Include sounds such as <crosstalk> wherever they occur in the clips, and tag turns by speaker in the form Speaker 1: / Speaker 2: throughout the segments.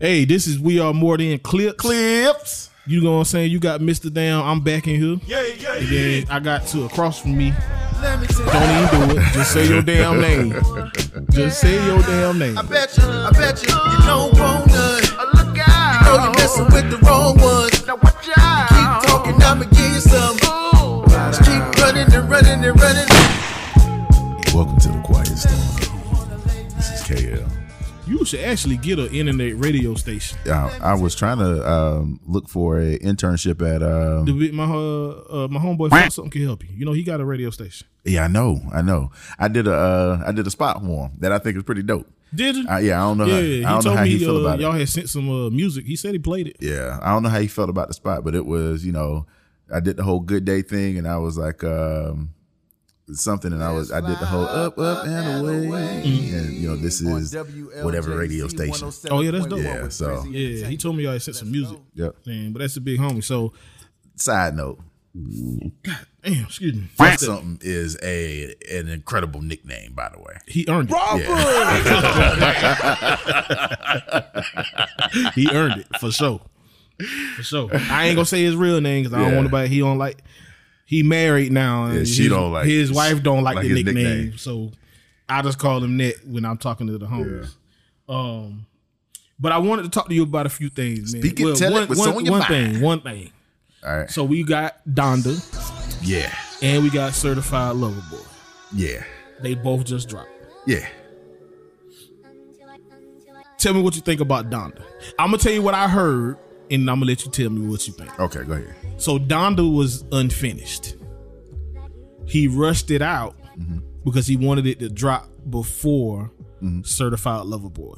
Speaker 1: Hey, this is We Are More Than Clips.
Speaker 2: Clips.
Speaker 1: You know what I'm saying? You got Mr. Down. I'm back in here.
Speaker 2: Yeah, yeah,
Speaker 1: And then I got to across from me.
Speaker 2: Let me tell you.
Speaker 1: Don't even do it. Just say your damn name.
Speaker 2: <laughs>
Speaker 1: Just say your damn name.
Speaker 2: I bet you, I bet you, you don't want none. Look out. You know you're messing with the wrong ones. Now watch out. Keep talking, I'ma give you some. Just keep running and running and running.
Speaker 3: Welcome to the Quiet Storm. This is KL.
Speaker 1: You should actually get an internet radio station.
Speaker 3: I, I was trying to um, look for an internship at.
Speaker 1: The
Speaker 3: Um,
Speaker 1: bit- My uh, uh, my homeboy found something can help you. You know he got a radio station.
Speaker 3: yeah, I know, I know. I did a uh, I did a spot for him that I think is pretty dope.
Speaker 1: Did you?
Speaker 3: I, yeah, I don't know.
Speaker 1: yeah,
Speaker 3: how,
Speaker 1: he
Speaker 3: I don't
Speaker 1: told
Speaker 3: know how
Speaker 1: me
Speaker 3: he feel
Speaker 1: uh,
Speaker 3: about
Speaker 1: y'all
Speaker 3: it.
Speaker 1: had sent some uh, music. He said he played it.
Speaker 3: Yeah, I don't know how he felt about the spot, but it was you know I did the whole good day thing, and I was like um, something, and I was I did the whole up up and away, and you know this is whatever radio station.
Speaker 1: Oh, yeah, that's dope.
Speaker 3: Yeah, so
Speaker 1: Yeah, he told me y'all had sent some music.
Speaker 3: yep.
Speaker 1: Man, but that's a big homie. So
Speaker 3: Side note.
Speaker 1: damn, excuse me.
Speaker 3: Something is a an incredible nickname, by the way.
Speaker 1: He earned it. <laughs> he earned it for sure. For sure. I ain't gonna say his real name because I don't
Speaker 3: Yeah.
Speaker 1: want nobody. He don't like. He married now. And
Speaker 3: Yeah, she
Speaker 1: his,
Speaker 3: don't like
Speaker 1: His
Speaker 3: his-
Speaker 1: wife don't like,
Speaker 3: like
Speaker 1: the
Speaker 3: his
Speaker 1: nickname,
Speaker 3: nickname.
Speaker 1: so I just call him Net when I'm talking to the homies. Um, but I wanted to talk to you about a few things. Man.
Speaker 3: Speak it, tell it,
Speaker 1: one,
Speaker 3: what's
Speaker 1: one-
Speaker 3: on your
Speaker 1: one
Speaker 3: mind?
Speaker 1: thing. One thing.
Speaker 3: All right.
Speaker 1: So we got Donda
Speaker 3: Yeah.
Speaker 1: and we got Certified Lover Boy.
Speaker 3: Yeah.
Speaker 1: They both just dropped.
Speaker 3: Yeah.
Speaker 1: Tell me what you think about Donda. I'm gonna tell you what I heard, and I'm gonna let you tell me what you think.
Speaker 3: Okay, go ahead.
Speaker 1: So Donda was unfinished. He rushed it out because he wanted it to drop before Certified Lover Boy.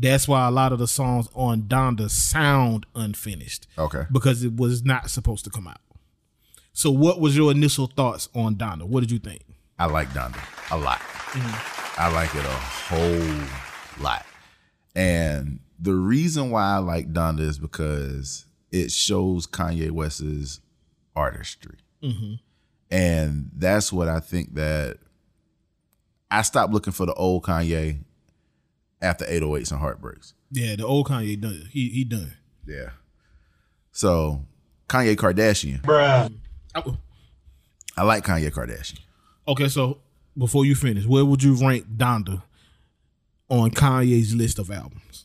Speaker 1: That's why a lot of the songs on Donda sound unfinished
Speaker 3: Okay.
Speaker 1: because it was not supposed to come out. So, what was your initial thoughts on Donda? What did you think?
Speaker 3: I like Donda a lot. I like it a whole lot. And the reason why I like Donda is because it shows Kanye West's artistry. And that's what I think that I stopped looking for the old Kanye after 808s and Heartbreaks.
Speaker 1: Yeah, the old Kanye done. He he done.
Speaker 3: Yeah. So Kanye Kardashian.
Speaker 1: Oh,
Speaker 3: I like Kanye Kardashian.
Speaker 1: Okay, so before you finish, where would you rank Donda on Kanye's list of albums?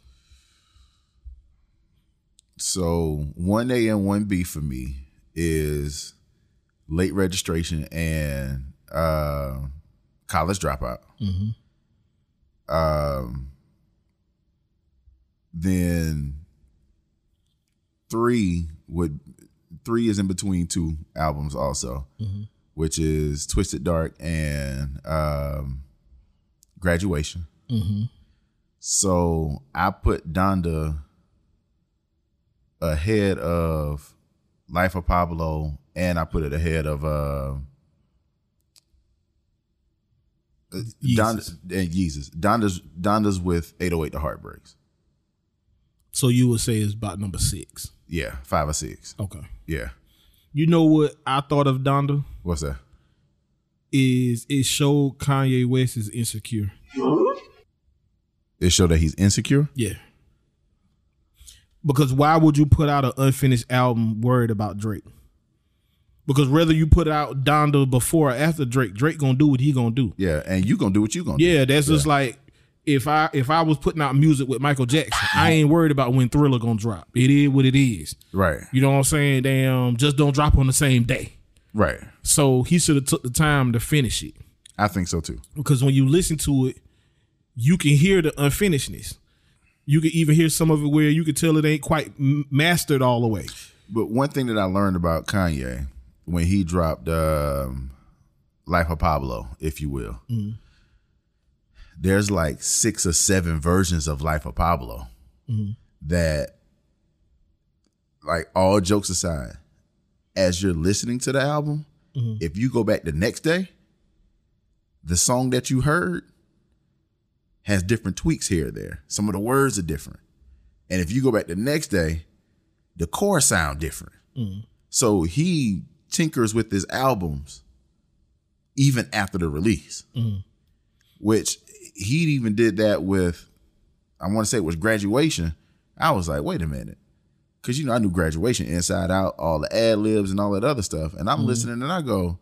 Speaker 3: So one A and one B for me is late registration and uh, college dropout. Um, then three would three is in between two albums also, which is Twisted Dark and um, Graduation. So I put Donda ahead of Life of Pablo, and I put it ahead of uh, uh, Donda
Speaker 1: Yeezus.
Speaker 3: and Yeezus. Donda's Donda's with 808 to Heartbreaks.
Speaker 1: So you would say it's about number six.
Speaker 3: Yeah, five or six.
Speaker 1: Okay.
Speaker 3: Yeah,
Speaker 1: You know what I thought of Donda
Speaker 3: what's that?
Speaker 1: is it showed Kanye West is insecure.
Speaker 3: It showed that he's insecure.
Speaker 1: Yeah. Because why would you put out an unfinished album worried about Drake? Because whether you put out Donda before or after Drake, Drake gonna do what he gonna do.
Speaker 3: Yeah, and you gonna do what you gonna do.
Speaker 1: Yeah, that's just like if I if I was putting out music with Michael Jackson, I ain't worried about when Thriller gonna drop. It is what it is.
Speaker 3: Right,
Speaker 1: You know what I'm saying? Damn, just don't drop on the same day.
Speaker 3: right.
Speaker 1: So he should have took the time to finish it
Speaker 3: I think so too.
Speaker 1: because when you listen to it, you can hear the unfinishedness. You can even hear some of it where you can tell it ain't quite m- mastered all the way.
Speaker 3: But one thing that I learned about Kanye when he dropped um, Life of Pablo, if you will, there's like six or seven versions of Life of Pablo that, like, all jokes aside, as you're listening to the album, if you go back the next day, the song that you heard has different tweaks here or there. Some of the words are different. And if you go back the next day, the core sound different. So he tinkers with his albums even after the release, which he even did that with, I want to say it was graduation. I was like, wait a minute. Cause you know, I knew graduation inside out, all the ad libs and all that other stuff. And I'm listening and I go,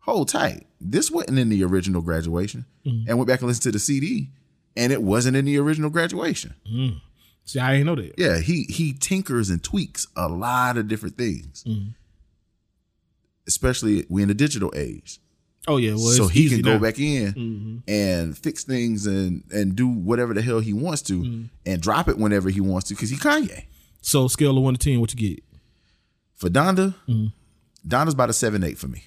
Speaker 3: hold tight. This wasn't in the original graduation. And went back and listened to the CD and it wasn't in the original graduation.
Speaker 1: See, I ain't know that.
Speaker 3: Yeah, he he tinkers and tweaks a lot of different things.
Speaker 1: Mm-hmm.
Speaker 3: Especially we in the digital age.
Speaker 1: Oh yeah, well,
Speaker 3: so
Speaker 1: it's
Speaker 3: he
Speaker 1: easy
Speaker 3: can go
Speaker 1: now. Mm-hmm.
Speaker 3: back in and fix things and and do whatever the hell he wants to
Speaker 1: Mm-hmm.
Speaker 3: and drop it whenever he wants to because he Kanye.
Speaker 1: So scale of one to ten, what you get?
Speaker 3: For Donda,
Speaker 1: Mm-hmm.
Speaker 3: Donda's about a seven eight for me.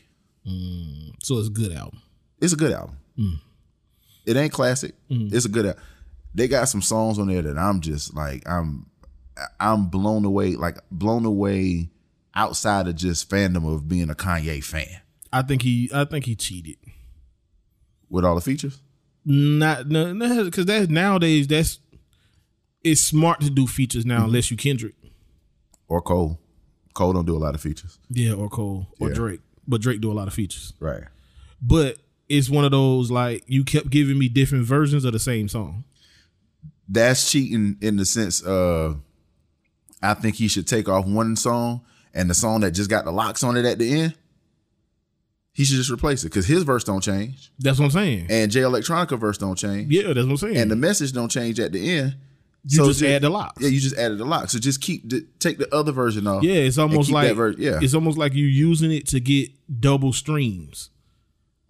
Speaker 1: So it's a good album.
Speaker 3: It's a good album. It ain't classic. It's a good album. They got some songs on there that I'm just like I'm I'm blown away, like blown away outside of just fandom of being a Kanye fan
Speaker 1: I think he, I think he cheated.
Speaker 3: with all the features.
Speaker 1: Not no, because that's nowadays that's it's smart to do features
Speaker 3: Mm-hmm.
Speaker 1: now unless you Kendrick,
Speaker 3: Or Cole. Cole don't do a lot of features.
Speaker 1: yeah, or Cole or
Speaker 3: Yeah.
Speaker 1: Drake. But Drake do a lot of features.
Speaker 3: Right.
Speaker 1: But it's one of those like you kept giving me different versions of the same song.
Speaker 3: that's cheating in the sense of I think he should take off one song and the song that just got the locks on it at the end, he should just replace it because his verse don't change
Speaker 1: That's what I'm saying.
Speaker 3: and Jay Electronica verse don't change
Speaker 1: Yeah, that's what I'm saying.
Speaker 3: and the message don't change at the end.
Speaker 1: Mm. you
Speaker 3: So
Speaker 1: just add the locks.
Speaker 3: Yeah, you just added the lock. So just keep the, take the other version off.
Speaker 1: Yeah, it's almost
Speaker 3: keep
Speaker 1: like
Speaker 3: that ver- yeah.
Speaker 1: it's almost like you using it to get double streams.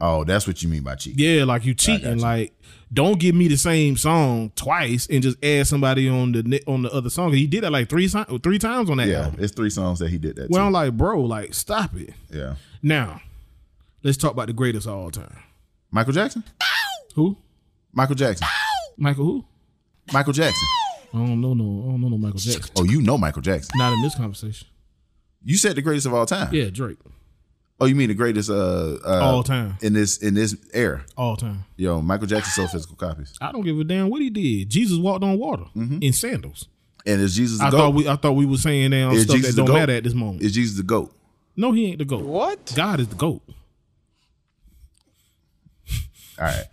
Speaker 3: Oh, that's what you mean by cheat.
Speaker 1: Yeah, like you cheating. Like don't give me the same song twice and just add somebody on the ne- on the other song. He did that like three si- three times on that
Speaker 3: Yeah,
Speaker 1: album.
Speaker 3: it's three songs that he did that.
Speaker 1: Well, I'm
Speaker 3: Well,
Speaker 1: like, bro, like stop it.
Speaker 3: yeah,
Speaker 1: Now, let's talk about the greatest of all time.
Speaker 3: Michael Jackson,
Speaker 1: Who?
Speaker 3: Michael Jackson,
Speaker 1: Michael? Who?
Speaker 3: Michael Jackson.
Speaker 1: I don't know. No, I don't know no Michael Jackson.
Speaker 3: Oh, you know Michael Jackson.
Speaker 1: Not in this conversation.
Speaker 3: You said the greatest of all time.
Speaker 1: Yeah, Drake.
Speaker 3: Oh, you mean the greatest uh, uh
Speaker 1: All time.
Speaker 3: in this in this era?
Speaker 1: All time.
Speaker 3: Yo, Michael Jackson sold physical copies,
Speaker 1: I don't give a damn what he did. Jesus walked on water in sandals.
Speaker 3: and is Jesus the
Speaker 1: I
Speaker 3: goat?
Speaker 1: thought we I thought we were saying now
Speaker 3: Is
Speaker 1: stuff
Speaker 3: Jesus
Speaker 1: that
Speaker 3: the
Speaker 1: don't
Speaker 3: GOAT?
Speaker 1: matter at this moment.
Speaker 3: is Jesus the goat?
Speaker 1: no, he ain't the goat. What? God is the goat.
Speaker 3: All right,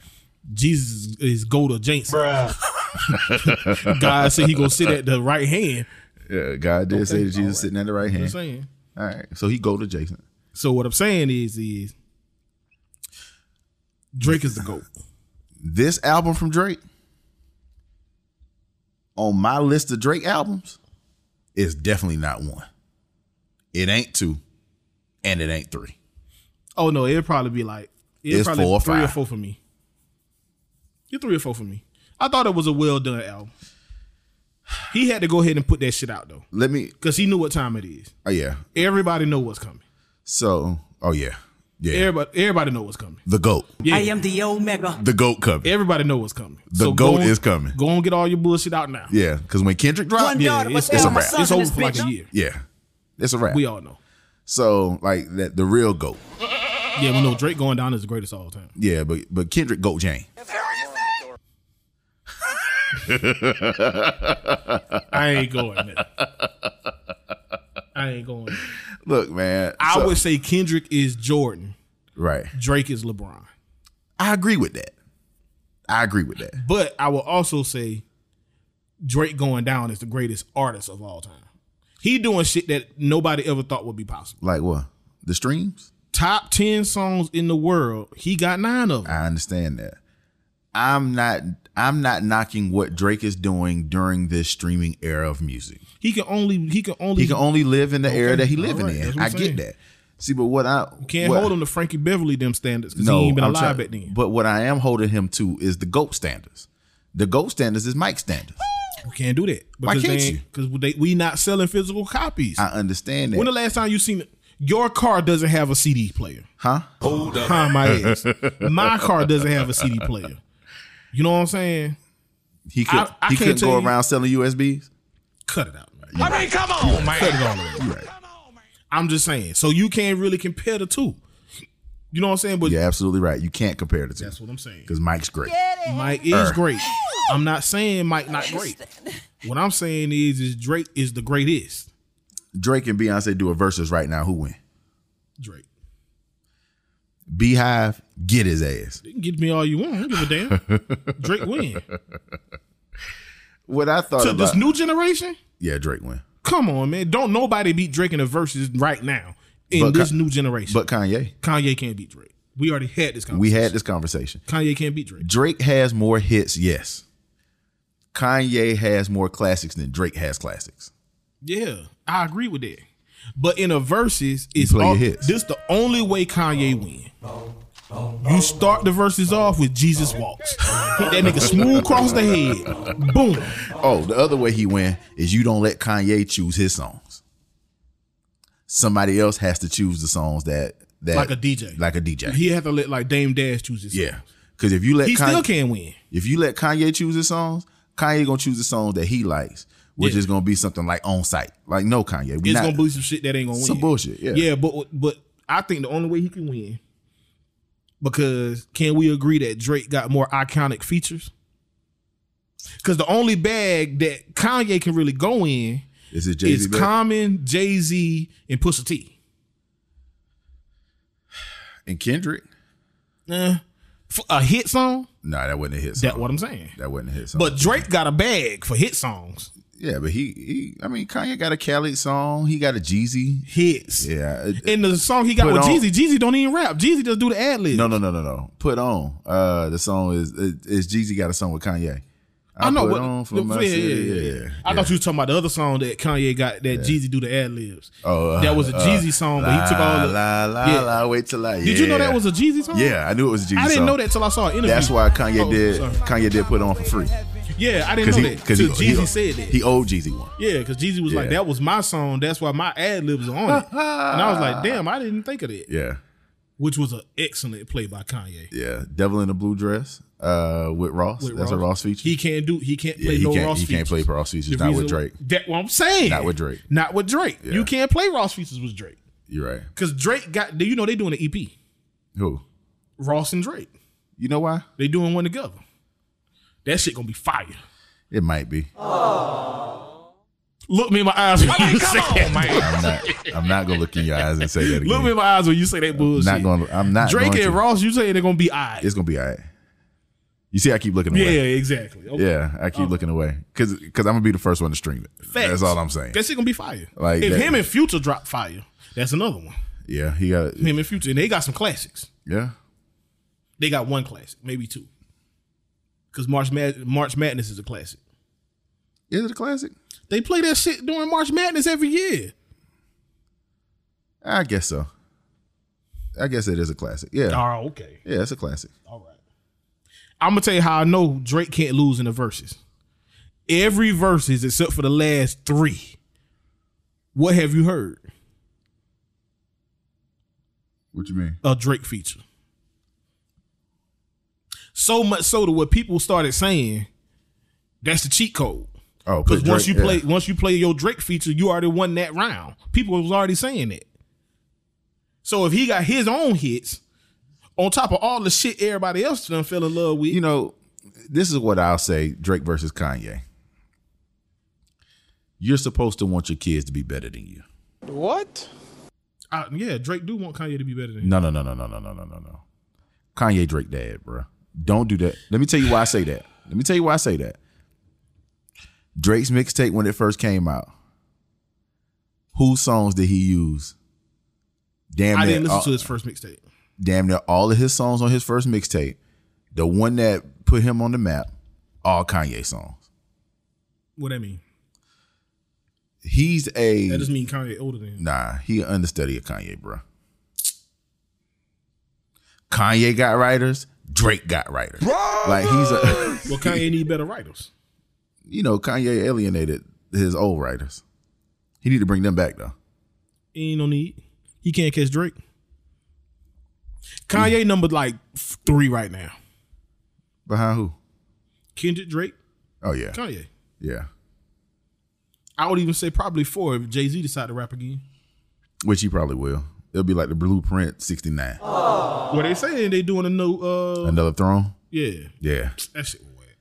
Speaker 1: Jesus is, is goat adjacent. <laughs> God said he gonna sit at the right <laughs> hand.
Speaker 3: yeah, God did say that Jesus sitting at the right
Speaker 1: I'm
Speaker 3: hand.
Speaker 1: saying.
Speaker 3: All right, so he goat adjacent.
Speaker 1: So what I'm saying is is Drake is the goat.
Speaker 3: This album from Drake on my list of Drake albums is definitely not one. It ain't two, and it ain't three.
Speaker 1: Oh no, it'd probably be like it'd
Speaker 3: It's
Speaker 1: probably
Speaker 3: four or
Speaker 1: three or
Speaker 3: five.
Speaker 1: four for me. You're three or four for me. I thought it was a well done album. He had to go ahead and put that shit out though,
Speaker 3: Let me.
Speaker 1: because he knew what time it is.
Speaker 3: Oh yeah.
Speaker 1: Everybody know what's coming.
Speaker 3: So oh yeah, yeah.
Speaker 1: Everybody, everybody know what's coming.
Speaker 3: the goat,
Speaker 4: I am the Omega.
Speaker 3: the goat cover.
Speaker 1: Everybody know what's coming.
Speaker 3: The
Speaker 1: go
Speaker 3: goat
Speaker 1: on-
Speaker 3: is coming.
Speaker 1: Go and get all your bullshit out now.
Speaker 3: Yeah, because when Kendrick dropped,
Speaker 4: One
Speaker 1: Yeah,
Speaker 4: daughter,
Speaker 1: it's- it's
Speaker 4: but it's
Speaker 3: a
Speaker 4: all my
Speaker 3: wrap.
Speaker 4: sons
Speaker 1: It's
Speaker 4: in
Speaker 1: over
Speaker 4: this
Speaker 1: for like
Speaker 4: bitch.
Speaker 1: a year.
Speaker 3: yeah, it's a wrap.
Speaker 1: We all know.
Speaker 3: So like that the real goat.
Speaker 1: Yeah, we know Drake going down is the greatest of all time.
Speaker 3: Yeah, but but Kendrick goat Jane.
Speaker 1: I ain't going there. I ain't going. there.
Speaker 3: Look, man.
Speaker 1: I
Speaker 3: so-
Speaker 1: would say Kendrick is Jordan.
Speaker 3: right.
Speaker 1: Drake is LeBron.
Speaker 3: I agree with that. I agree with that.
Speaker 1: But I will also say Drake going down is the greatest artist of all time. He doing shit that nobody ever thought would be possible.
Speaker 3: Like what? The streams?
Speaker 1: Top 10 songs in the world, he got 9 of them.
Speaker 3: I understand that. I'm not I'm not knocking what Drake is doing during this streaming era of music.
Speaker 1: He can only he can only
Speaker 3: He can only live in the era that he
Speaker 1: all
Speaker 3: living
Speaker 1: right, that's
Speaker 3: in.
Speaker 1: what
Speaker 3: I
Speaker 1: I'm saying.
Speaker 3: get that. See, but what I
Speaker 1: can't
Speaker 3: what,
Speaker 1: hold him to Frankie Beverly them standards cuz he ain't been
Speaker 3: I'm
Speaker 1: alive
Speaker 3: trying-
Speaker 1: back then.
Speaker 3: But what I am holding him to is the GOAT standards. The GOAT standards is Mike standards.
Speaker 1: You can't do that.
Speaker 3: Why can't you?
Speaker 1: Because they, we not selling physical copies.
Speaker 3: I understand that.
Speaker 1: when the last time you seen it? Your car doesn't have a CD player.
Speaker 3: huh?
Speaker 1: Huh,
Speaker 3: <laughs>
Speaker 1: my ass. My car doesn't have a CD player. You know what I'm saying?
Speaker 3: He could
Speaker 1: I- I
Speaker 3: he
Speaker 1: can't
Speaker 3: couldn't go
Speaker 1: tell you-
Speaker 3: around selling USBs.
Speaker 1: Cut it out. Man.
Speaker 5: I mean, come on, man.
Speaker 1: Cut it all the way. I'm just saying. So you can't really compare the two. You know what I'm saying? But
Speaker 3: You're absolutely right. You can't compare the two
Speaker 1: that's what I'm saying.
Speaker 3: because Mike's great.
Speaker 1: Mike is great. I'm not saying Mike not great. What I'm saying is, is Drake is the greatest.
Speaker 3: Drake and Beyonce do a versus right now. Who win?
Speaker 1: Drake.
Speaker 3: Beehive, get his ass. <laughs>
Speaker 1: You can Get me all you want. I don't give a damn. Drake win.
Speaker 3: What I thought
Speaker 1: to
Speaker 3: about
Speaker 1: this new generation.
Speaker 3: yeah, Drake win,
Speaker 1: Come on, man! Don't nobody beat Drake in the verses right now in
Speaker 3: But Ka-
Speaker 1: this new generation.
Speaker 3: but Kanye.
Speaker 1: Kanye can't beat Drake. We already had this conversation.
Speaker 3: We had this conversation.
Speaker 1: Kanye can't beat Drake.
Speaker 3: Drake has more hits, yes. Kanye has more classics than Drake has classics.
Speaker 1: Yeah, I agree with that. But in a verses, it's
Speaker 3: play your
Speaker 1: all,
Speaker 3: hits.
Speaker 1: this the only way Kanye win. You start the verses off with Jesus walks. Hit that nigga smooth across the head. Boom.
Speaker 3: Oh, the other way he win is you don't let Kanye choose his songs. Somebody else has to choose the songs that that
Speaker 1: Like a DJ.
Speaker 3: like a DJ.
Speaker 1: He had to let like Dame Dash choose his.
Speaker 3: yeah, because if you let
Speaker 1: He
Speaker 3: Kanye,
Speaker 1: still can't win.
Speaker 3: if you let Kanye choose his songs, Kanye gonna choose the songs that he likes, which
Speaker 1: Yeah.
Speaker 3: is gonna be something like on site. Like no Kanye, we
Speaker 1: It's
Speaker 3: not
Speaker 1: gonna be some shit that ain't gonna win.
Speaker 3: Some bullshit, yeah.
Speaker 1: Yeah, but but I think the only way he can win because can we agree that Drake got more iconic features? Because the only bag that Kanye can really go in
Speaker 3: this is Jay
Speaker 1: is
Speaker 3: Z.
Speaker 1: Common, Jay Z, and Pusha T.
Speaker 3: and Kendrick.
Speaker 1: Eh, for a hit song,
Speaker 3: No, that wasn't a hit song.
Speaker 1: that's what I'm saying.
Speaker 3: that wasn't a hit song.
Speaker 1: But Drake got a bag for hit songs.
Speaker 3: Yeah, but he, he I mean, Kanye got a Khaled song. He got a Jeezy.
Speaker 1: Hits.
Speaker 3: Yeah. it-
Speaker 1: And the song he got
Speaker 3: Put
Speaker 1: with
Speaker 3: on-
Speaker 1: Jeezy, Jeezy don't even rap. Jeezy just do the ad lib.
Speaker 3: no, no, no, no, no. Put on. Uh, the song is it- is Jeezy got a song with Kanye.
Speaker 1: I know
Speaker 3: put
Speaker 1: what.
Speaker 3: on for
Speaker 1: yeah,
Speaker 3: my
Speaker 1: yeah,
Speaker 3: city.
Speaker 1: yeah, yeah, yeah. I thought you was talking about the other song that Kanye got that Jeezy do the ad libs.
Speaker 3: Oh, uh,
Speaker 1: that was a Jeezy song, but he took all the.
Speaker 3: La la
Speaker 1: Yeah.
Speaker 3: la. Wait till I.
Speaker 1: Did you know that was a Jeezy song?
Speaker 3: Yeah, I knew it was a Jeezy.
Speaker 1: I didn't
Speaker 3: song.
Speaker 1: know that till I saw an interview.
Speaker 3: That's why Kanye
Speaker 1: Oh,
Speaker 3: did.
Speaker 1: sorry.
Speaker 3: Kanye did put on for free
Speaker 1: Yeah, I didn't know
Speaker 3: he
Speaker 1: that till Jeezy
Speaker 3: he- he-
Speaker 1: said that.
Speaker 3: he owed Jeezy one.
Speaker 1: yeah, because Jeezy was like,
Speaker 3: Yeah.
Speaker 1: "That was my song. That's why my ad libs are
Speaker 3: <laughs>
Speaker 1: on it." and I was like, "Damn, I didn't think of that."
Speaker 3: Yeah,
Speaker 1: Which was an excellent play by Kanye.
Speaker 3: yeah. Devil in a blue dress. Uh, with Ross.
Speaker 1: With
Speaker 3: That's a Ross feature.
Speaker 1: He can't do. He can't
Speaker 3: yeah,
Speaker 1: play
Speaker 3: he
Speaker 1: no
Speaker 3: can't.
Speaker 1: Ross.
Speaker 3: he can't play
Speaker 1: features.
Speaker 3: for Ross features.
Speaker 1: The
Speaker 3: Not with
Speaker 1: reason-
Speaker 3: Drake.
Speaker 1: That what I'm saying.
Speaker 3: Not with Drake.
Speaker 1: Not with Drake.
Speaker 3: Yeah.
Speaker 1: You can't play Ross features with Drake.
Speaker 3: You're right.
Speaker 1: Cause Drake got, you know, they doing an E EP.
Speaker 3: Who?
Speaker 1: Ross and Drake,
Speaker 3: You know why?
Speaker 1: they doing one together. That shit gonna be fire.
Speaker 3: It might be.
Speaker 1: Look me in my eyes when you say that, man. <laughs>
Speaker 3: I'm not. I'm not gonna look in your eyes and say that again.
Speaker 1: Look me in my eyes when you say that bullshit.
Speaker 3: not gonna. I'm not.
Speaker 1: Drake
Speaker 3: going
Speaker 1: and
Speaker 3: to.
Speaker 1: Ross, you say they're gonna be eyes.
Speaker 3: It's gonna be all right. You see, I keep looking
Speaker 1: Yeah,
Speaker 3: away.
Speaker 1: exactly. Okay.
Speaker 3: Yeah, I keep looking away because because I'm gonna be the first one to stream it.
Speaker 1: Facts.
Speaker 3: That's all I'm saying.
Speaker 1: That shit gonna be fire.
Speaker 3: Like
Speaker 1: if
Speaker 3: that-
Speaker 1: him and Future drop fire, that's another one.
Speaker 3: yeah, he got. it.
Speaker 1: Him and Future, and they got some classics.
Speaker 3: Yeah,
Speaker 1: They got one classic, maybe two. Cause March Mad- March Madness is a classic.
Speaker 3: is it a classic?
Speaker 1: They play that shit during March Madness every year.
Speaker 3: I guess so. I guess it is a classic. Yeah,
Speaker 1: Oh, okay.
Speaker 3: yeah, it's a classic.
Speaker 1: All right. I'm gonna tell you how I know Drake can't lose in the verses. Every verses except for the last three. What have you heard?
Speaker 3: What you mean?
Speaker 1: A Drake feature. So much so to what people started saying, that's the cheat code.
Speaker 3: Oh,
Speaker 1: Because
Speaker 3: put
Speaker 1: once you
Speaker 3: Drake-
Speaker 1: play,
Speaker 3: yeah.
Speaker 1: once you play your Drake feature, you already won that round. People was already saying that. So if he got his own hits, on top of all the shit everybody else done fell in love with,
Speaker 3: you know, this is what I'll say: Drake versus Kanye. You're supposed to want your kids to be better than you.
Speaker 4: What?
Speaker 1: I, yeah, Drake do want Kanye to be better than him.
Speaker 3: No, no, no, no, no, no, no, no, no, no. Kanye Drake dad, bro. Don't do that. Let me tell you why I say that. Let me tell you why I say that. Drake's mixtape when it first came out. Whose songs did he use? Damn
Speaker 1: I
Speaker 3: near,
Speaker 1: didn't listen
Speaker 3: all,
Speaker 1: to his first mixtape.
Speaker 3: damn near all of his songs on his first mixtape. The one that put him on the map, all Kanye songs.
Speaker 1: What that mean?
Speaker 3: He's a
Speaker 1: That just mean Kanye older than him.
Speaker 3: Nah, he an understudy of Kanye, bro. Kanye got writers. Drake got writers. Like he's a, <laughs>
Speaker 1: Well, Kanye need better writers.
Speaker 3: you know, Kanye alienated his old writers. He need to bring them back though.
Speaker 1: He ain't no need. He can't catch Drake. Kanye number like f- three right now.
Speaker 3: Behind who?
Speaker 1: Kendrick, Drake,
Speaker 3: Oh yeah,
Speaker 1: Kanye.
Speaker 3: yeah.
Speaker 1: I would even say probably four if Jay Z decided to rap again.
Speaker 3: Which he probably will. It'll be like the Blueprint '69.
Speaker 1: Well, they saying they doing a new. Uh,
Speaker 3: Another Throne.
Speaker 1: yeah,
Speaker 3: Yeah.
Speaker 1: that shit was whack.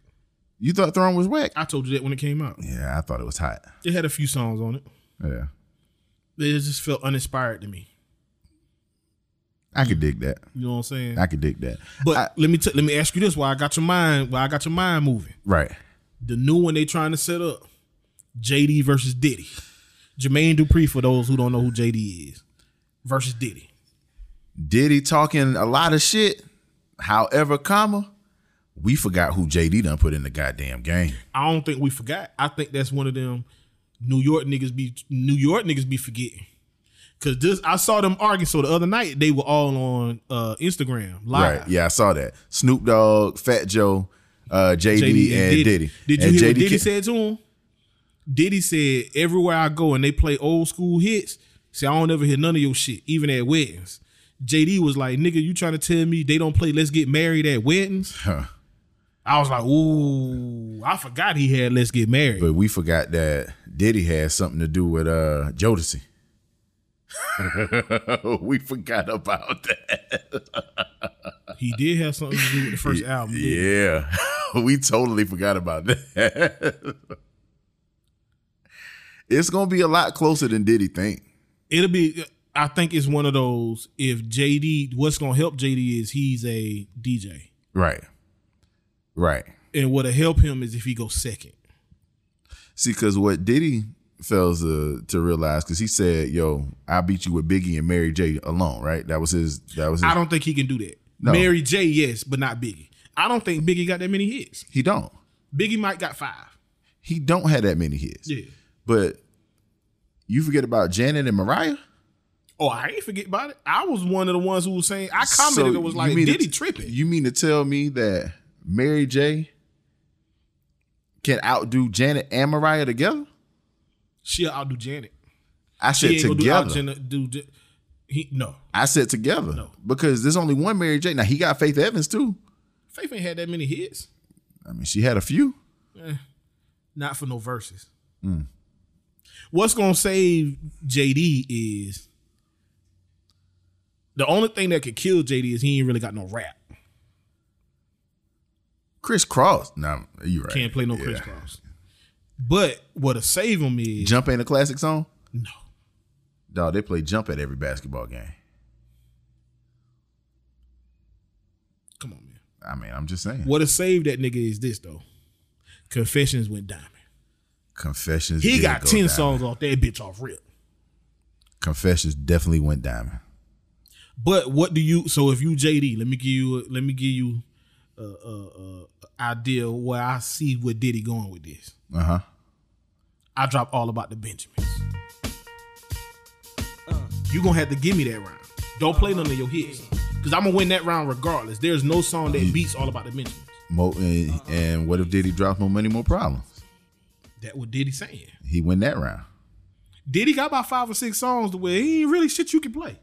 Speaker 3: You thought Throne was whack?
Speaker 1: I told you that when it came out.
Speaker 3: Yeah, I thought it was hot.
Speaker 1: It had a few songs on it.
Speaker 3: Yeah,
Speaker 1: They just felt uninspired to me.
Speaker 3: I could dig that.
Speaker 1: You know what I'm saying?
Speaker 3: I could dig that.
Speaker 1: But
Speaker 3: I-
Speaker 1: let me t- let me ask you this: Why I got your mind? Why I got your mind moving?
Speaker 3: Right.
Speaker 1: The new one they trying to set up, JD versus Diddy. Jermaine Dupree, for those who don't know who JD is, versus Diddy.
Speaker 3: Diddy talking a lot of shit. However, comma, we forgot who JD done put in the goddamn game.
Speaker 1: I don't think we forgot. I think that's one of them New York niggas be New York niggas be forgetting. Cause this I saw them arguing. So the other night they were all on uh Instagram live.
Speaker 3: Right. Yeah, I saw that. Snoop Dogg, Fat Joe, uh, JD, and Diddy.
Speaker 1: Did you
Speaker 3: and
Speaker 1: hear what Diddy
Speaker 3: ca-
Speaker 1: said to him? Diddy said, "Everywhere I go and they play old school hits. See, I don't ever hear none of your shit, even at weddings." JD was like, "Nigga, you trying to tell me they don't play Let's Get Married at weddings?"
Speaker 3: Huh.
Speaker 1: I was like, "Ooh, I forgot he had Let's Get Married."
Speaker 3: But we forgot that Diddy had something to do with uh
Speaker 1: <laughs>
Speaker 3: Jodeci. we forgot
Speaker 1: <laughs>
Speaker 3: about that.
Speaker 1: he did have something to do with the first album. didn't he?
Speaker 3: Yeah. <laughs> we totally forgot about that. <laughs> it's gonna be a lot closer than Diddy think.
Speaker 1: it'll be I think it's one of those if JD what's gonna help JD is he's a DJ.
Speaker 3: Right. Right.
Speaker 1: And what'll help him is if he goes second.
Speaker 3: See, because what Diddy fails to, to realize, because he said, "Yo, I beat you with Biggie and Mary J alone." Right? That was his. That was his.
Speaker 1: I don't think he can do that.
Speaker 3: No.
Speaker 1: Mary J, yes, but not Biggie. I don't think Biggie got that many hits.
Speaker 3: he don't.
Speaker 1: Biggie might got five.
Speaker 3: He don't have that many hits.
Speaker 1: Yeah.
Speaker 3: But you forget about Janet and Mariah.
Speaker 1: Oh, I ain't forget about it. I was one of the ones who was saying I commented
Speaker 3: So
Speaker 1: it was
Speaker 3: you
Speaker 1: like
Speaker 3: mean to-
Speaker 1: Diddy tripping.
Speaker 3: You mean to tell me that Mary J can outdo Janet and Mariah together?
Speaker 1: She'll outdo Janet.
Speaker 3: I
Speaker 1: She
Speaker 3: said
Speaker 1: ain't gonna do out
Speaker 3: together.
Speaker 1: Janet do, do he no.
Speaker 3: I said together because there's only one Mary J. Now he got Faith Evans too.
Speaker 1: Faith ain't had that many hits.
Speaker 3: I mean, she had a few.
Speaker 1: not for no verses.
Speaker 3: Mm.
Speaker 1: What's gonna save JD is the only thing that could kill JD is he ain't really got no rap.
Speaker 3: Chris Cross. No, you right.
Speaker 1: Can't play no
Speaker 3: Yeah.
Speaker 1: crisscross. But what'll save him is
Speaker 3: Jump ain't a classic song.
Speaker 1: no.
Speaker 3: Dog, they play jump at every basketball game.
Speaker 1: Come on, man.
Speaker 3: I mean, I'm just saying.
Speaker 1: What'll save that nigga is this though. Confessions went diamond.
Speaker 3: Confessions.
Speaker 1: He
Speaker 3: did
Speaker 1: got
Speaker 3: go
Speaker 1: ten
Speaker 3: diamond.
Speaker 1: songs off that bitch off rip.
Speaker 3: Confessions definitely went diamond.
Speaker 1: But what do you? So if you JD, let me give you. a- Let me give you a, a, a idea where I see where Diddy going with this.
Speaker 3: Uh huh.
Speaker 1: I drop all about the Benjamins. You gonna have to give me that round. Don't play none of your hits, cause I'm gonna win that round regardless. There's no song that beats all about the Benjamins.
Speaker 3: Mo and, and what if Diddy dropped more money, more problems?
Speaker 1: That what Diddy saying.
Speaker 3: He win that round.
Speaker 1: Diddy got about five or six songs to where he ain't really shit you can play.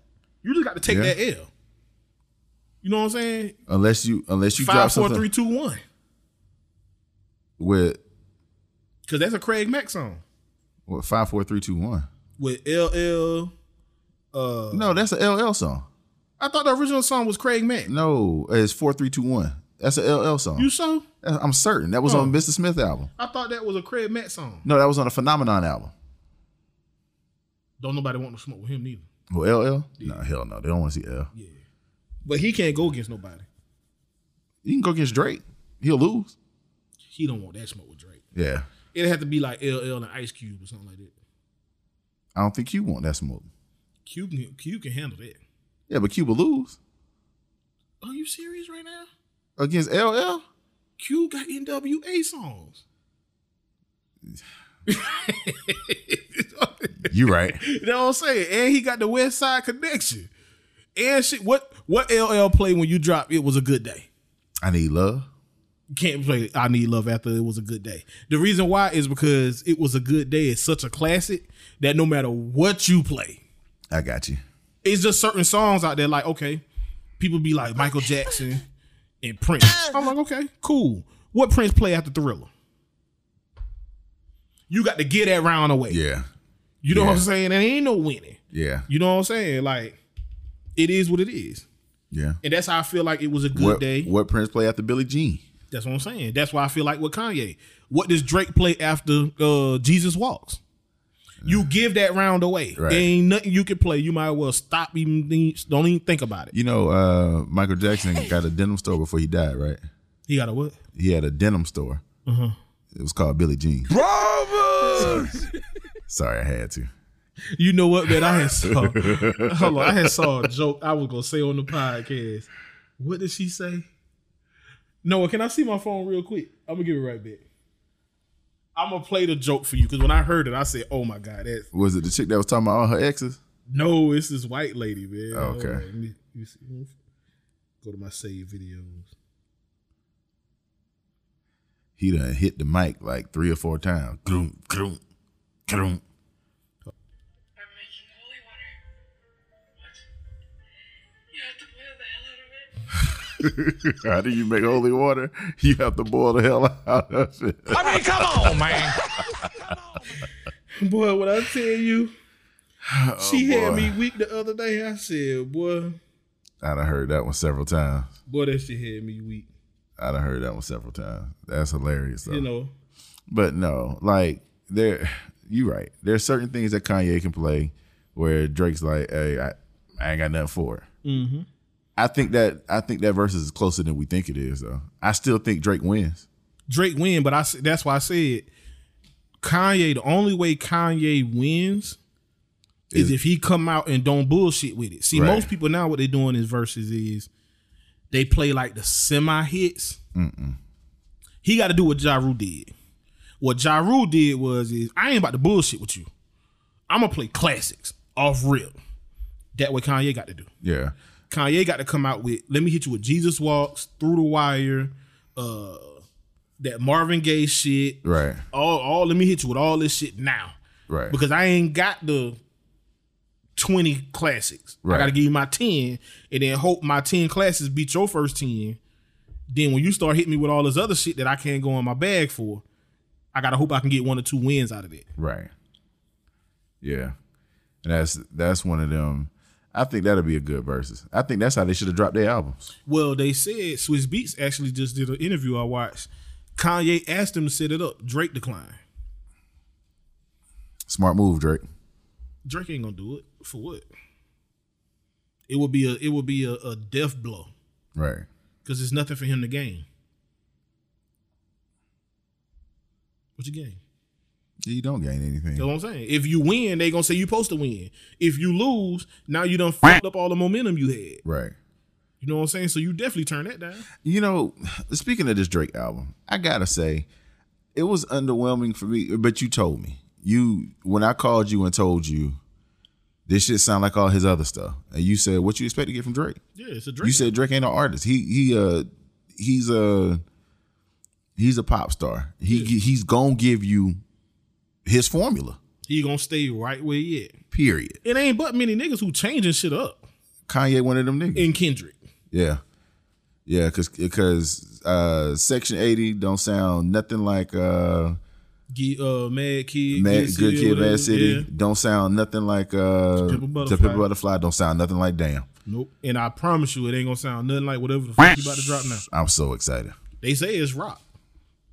Speaker 1: You just got to take
Speaker 3: Yeah.
Speaker 1: that L. You know what I'm saying?
Speaker 3: Unless you unless you drop
Speaker 1: Five, four,
Speaker 3: something
Speaker 1: three, two, one.
Speaker 3: with
Speaker 1: Cause that's a Craig Mack song
Speaker 3: what five, four, three, two, one.
Speaker 1: with LL. Uh,
Speaker 3: No, that's a LL song.
Speaker 1: I thought the original song was Craig Mack.
Speaker 3: No, it's four, three, two, one. That's a LL song.
Speaker 1: You so?
Speaker 3: I'm certain that was
Speaker 1: Oh.
Speaker 3: on Mr. Smith album.
Speaker 1: I thought that was a Craig Mack song.
Speaker 3: No, that was on a Phenomenon album.
Speaker 1: Don't nobody want to smoke with him neither.
Speaker 3: Well, LL? No, hell no. They don't want to see L.
Speaker 1: But he can't go against nobody.
Speaker 3: You can go against Drake. He'll lose.
Speaker 1: He don't want that smoke with Drake.
Speaker 3: Yeah.
Speaker 1: It'd have to be like LL and Ice Cube or something like that.
Speaker 3: I don't think you want that smoke.
Speaker 1: Cube can, Cube can handle that.
Speaker 3: Yeah, but Cuba lose
Speaker 1: Are you serious right now?
Speaker 3: against LL.
Speaker 1: Cube got NWA songs. <laughs>
Speaker 3: You right.
Speaker 1: You know what I'm saying? And he got the West Side Connection. And shit, what what LL play when you drop It Was a Good Day?
Speaker 3: I need love.
Speaker 1: Can't play I Need Love after It Was a Good Day. The reason why is because It Was a Good Day is such a classic that no matter what you play,
Speaker 3: I got you.
Speaker 1: it's just certain songs out there like okay people be like michael jackson and prince i'm like okay cool what prince play after thriller you got to get that round away
Speaker 3: Yeah.
Speaker 1: you know what i'm
Speaker 3: yeah.
Speaker 1: saying and ain't no winning
Speaker 3: Yeah.
Speaker 1: you know what i'm saying like it is what it is
Speaker 3: Yeah.
Speaker 1: and that's how i feel like it was a good
Speaker 3: What,
Speaker 1: day
Speaker 3: what Prince play after Billie Jean?
Speaker 1: that's what i'm saying that's why i feel like with kanye what does drake play after uh jesus walks you give that round away.
Speaker 3: Right.
Speaker 1: There ain't nothing you can play. You might as well stop even don't even think about it.
Speaker 3: You know, uh, Michael Jackson got a denim store before he died, right?
Speaker 1: He got a what? Mm-hmm.
Speaker 3: He had a denim store. It was called Billie Jean.
Speaker 4: Brothers!
Speaker 3: <laughs> Sorry, I had to.
Speaker 1: You know what, man? I
Speaker 3: <laughs>
Speaker 1: had saw. hold on, I had saw a joke I was gonna say on the podcast. What did she say? Noah, can I see my phone real quick? I'm gonna give it right back. I'm gonna play the joke for you because when I heard it, I said, "Oh my god, that's
Speaker 3: Was it the chick that was talking about all her exes?
Speaker 1: no, it's this white lady, man."
Speaker 3: Oh, okay.
Speaker 1: Hold on, let me- let me see. Go to my saved videos.
Speaker 3: He done hit the mic like three or four times. Groom, groom, groom.
Speaker 5: I'm making holy water. What? You have to boil the hell out of it.
Speaker 3: <laughs> How do you make holy water? <laughs> You have to boil the hell <laughs> out of it.
Speaker 4: I mean, come on, man.
Speaker 1: Boy, what I tell
Speaker 3: <sighs>
Speaker 1: you, she had
Speaker 3: Oh, boy.
Speaker 1: me weak the other day. I said, "Boy,
Speaker 3: I done heard that one several times.
Speaker 1: boy, that shit had me weak."
Speaker 3: I done heard that one several times. That's hilarious. Though.
Speaker 1: You know,
Speaker 3: But no, like there, you right. There's certain things that Kanye can play where Drake's like, "Hey, I, I ain't got nothing for it." Mm-hmm. I think that I think that verse is closer than we think it is. Though I still think Drake wins.
Speaker 1: Drake win, but I s- that's why I said Kanye. The only way Kanye wins is,
Speaker 3: Is-
Speaker 1: if he come out and don't bullshit with it. See,
Speaker 3: Right.
Speaker 1: most people now what they're doing is verses is they play like the semi hits. He got to do what Ja Rule did. What Ja Rule did was is I ain't about to bullshit with you. I'm gonna play classics off real. That what Kanye got to do.
Speaker 3: Yeah,
Speaker 1: Kanye got to come out with "Let Me Hit You with Jesus Walks," "Through the Wire," uh, that Marvin Gaye shit.
Speaker 3: right,
Speaker 1: All, all. Let me hit you with all this shit now
Speaker 3: right,
Speaker 1: because I ain't got the twenty classics. I
Speaker 3: Right.
Speaker 1: got to give you my ten, and then hope my ten classes beat your first ten. Then when you start hitting me with all this other shit that I can't go in my bag for, I gotta hope I can get one or two wins out of it.
Speaker 3: right. Yeah, and that's that's one of them. I think that'll be a good versus. I think that's how they should have dropped their albums.
Speaker 1: Well, they said Swiss Beats actually just did an interview I watched. Kanye asked him to set it up. Drake declined.
Speaker 3: Smart move, Drake.
Speaker 1: Drake ain't gonna do it for what? It would be a it would be a, a death blow
Speaker 3: Right.
Speaker 1: because there's nothing for him to gain. What you gain?
Speaker 3: You don't gain anything.
Speaker 1: That's what I'm saying. If you win, they gonna say you' supposed to win. If you lose, now you done fucked up all the momentum you had.
Speaker 3: Right.
Speaker 1: You know what I'm saying? So you definitely turn that down.
Speaker 3: You know, speaking of this Drake album, I gotta say, it was underwhelming for me. But you told me you when I called you and told you this shit sound like all his other stuff, and you said what you expect to get from Drake.
Speaker 1: Yeah, it's a Drake.
Speaker 3: You said Drake ain't an artist. He he uh he's a he's a pop star. He he's gonna give you his formula.
Speaker 1: he gonna stay right where he at.
Speaker 3: Period.
Speaker 1: It ain't but many niggas who changing shit up.
Speaker 3: Kanye one of them niggas.
Speaker 1: In Kendrick,
Speaker 3: Yeah. Yeah, cause, cause uh, Section 80 don't sound nothing like uh
Speaker 1: Ge- uh, Mad Kid,
Speaker 3: Mad, Good
Speaker 1: City,
Speaker 3: Kid,
Speaker 1: whatever.
Speaker 3: Bad City
Speaker 1: Yeah.
Speaker 3: don't sound nothing like uh
Speaker 1: Pimp a Butterfly.
Speaker 3: To Pimp a Butterfly don't sound nothing like Damn.
Speaker 1: Nope. And I promise you, it ain't gonna sound nothing like whatever the fuck you about to drop now.
Speaker 3: I'm so excited.
Speaker 1: They say it's rock.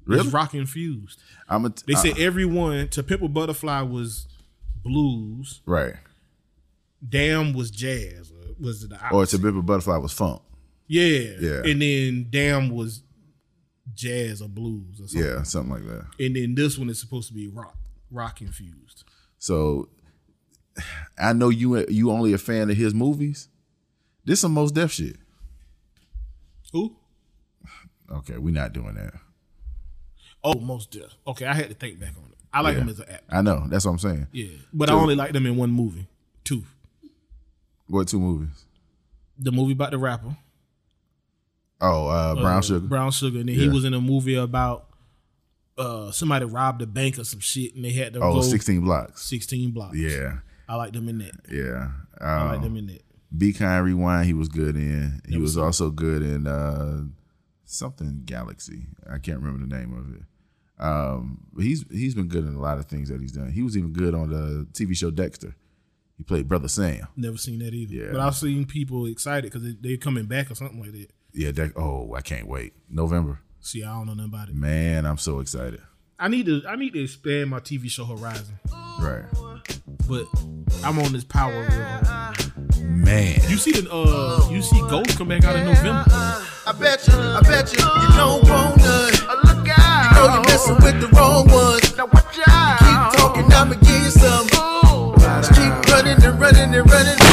Speaker 3: Really? uh,
Speaker 1: It's rock infused.
Speaker 3: I'm a,
Speaker 1: They
Speaker 3: I-
Speaker 1: said everyone to Pimple Butterfly was blues.
Speaker 3: right.
Speaker 1: Damn was jazz. Or was it the
Speaker 3: Or
Speaker 1: opposite?
Speaker 3: To Pimp a Butterfly was funk.
Speaker 1: yeah.
Speaker 3: Yeah.
Speaker 1: And then Damn was jazz or blues or something.
Speaker 3: Yeah, something like that.
Speaker 1: And then this one is supposed to be rock, rock infused.
Speaker 3: So <sighs> I know you you only a fan of his movies. This some most deaf shit.
Speaker 1: Who?
Speaker 3: Okay, we're not doing that.
Speaker 1: Oh, most deaf. Okay, I had to think back on it. I like them as an actor.
Speaker 3: I know. That's what I'm saying.
Speaker 1: Yeah. But I only like them in one movie. Two.
Speaker 3: What two movies?
Speaker 1: The movie about the rapper.
Speaker 3: Oh, uh, Brown
Speaker 1: uh,
Speaker 3: Sugar.
Speaker 1: Brown Sugar, and then he
Speaker 3: Yeah.
Speaker 1: was in a movie about uh somebody robbed a bank or some shit, and they had to
Speaker 3: Oh,
Speaker 1: go
Speaker 3: 16 blocks.
Speaker 1: 16 blocks.
Speaker 3: Yeah,
Speaker 1: I like them in that.
Speaker 3: yeah.
Speaker 1: I
Speaker 3: Um,
Speaker 1: like them in that.
Speaker 3: Be kind, rewind. He was good in. He was also good in uh, something Galaxy. I can't remember the name of it. Um, but he's he's been good in a lot of things that he's done. He was even good on the TV show Dexter. He played Brother Sam.
Speaker 1: Never seen that either.
Speaker 3: Yeah.
Speaker 1: But I've seen people excited because they, are coming back or something like that.
Speaker 3: Yeah. Dex- oh, I can't wait. November.
Speaker 1: See, I don't know nothing about it.
Speaker 3: Man, I'm so excited.
Speaker 1: I need to I need to expand my TV show horizon,
Speaker 3: Right.
Speaker 1: but I'm on this power run.
Speaker 3: Man.
Speaker 1: You see the uh, you see Ghost come back out in November.
Speaker 2: I bet you, I bet you, you don't want none. Look out. know you're messing with the wrong ones.
Speaker 5: Now watch out.
Speaker 2: Keep talking, I'ma give you some. Just keep running and running and running.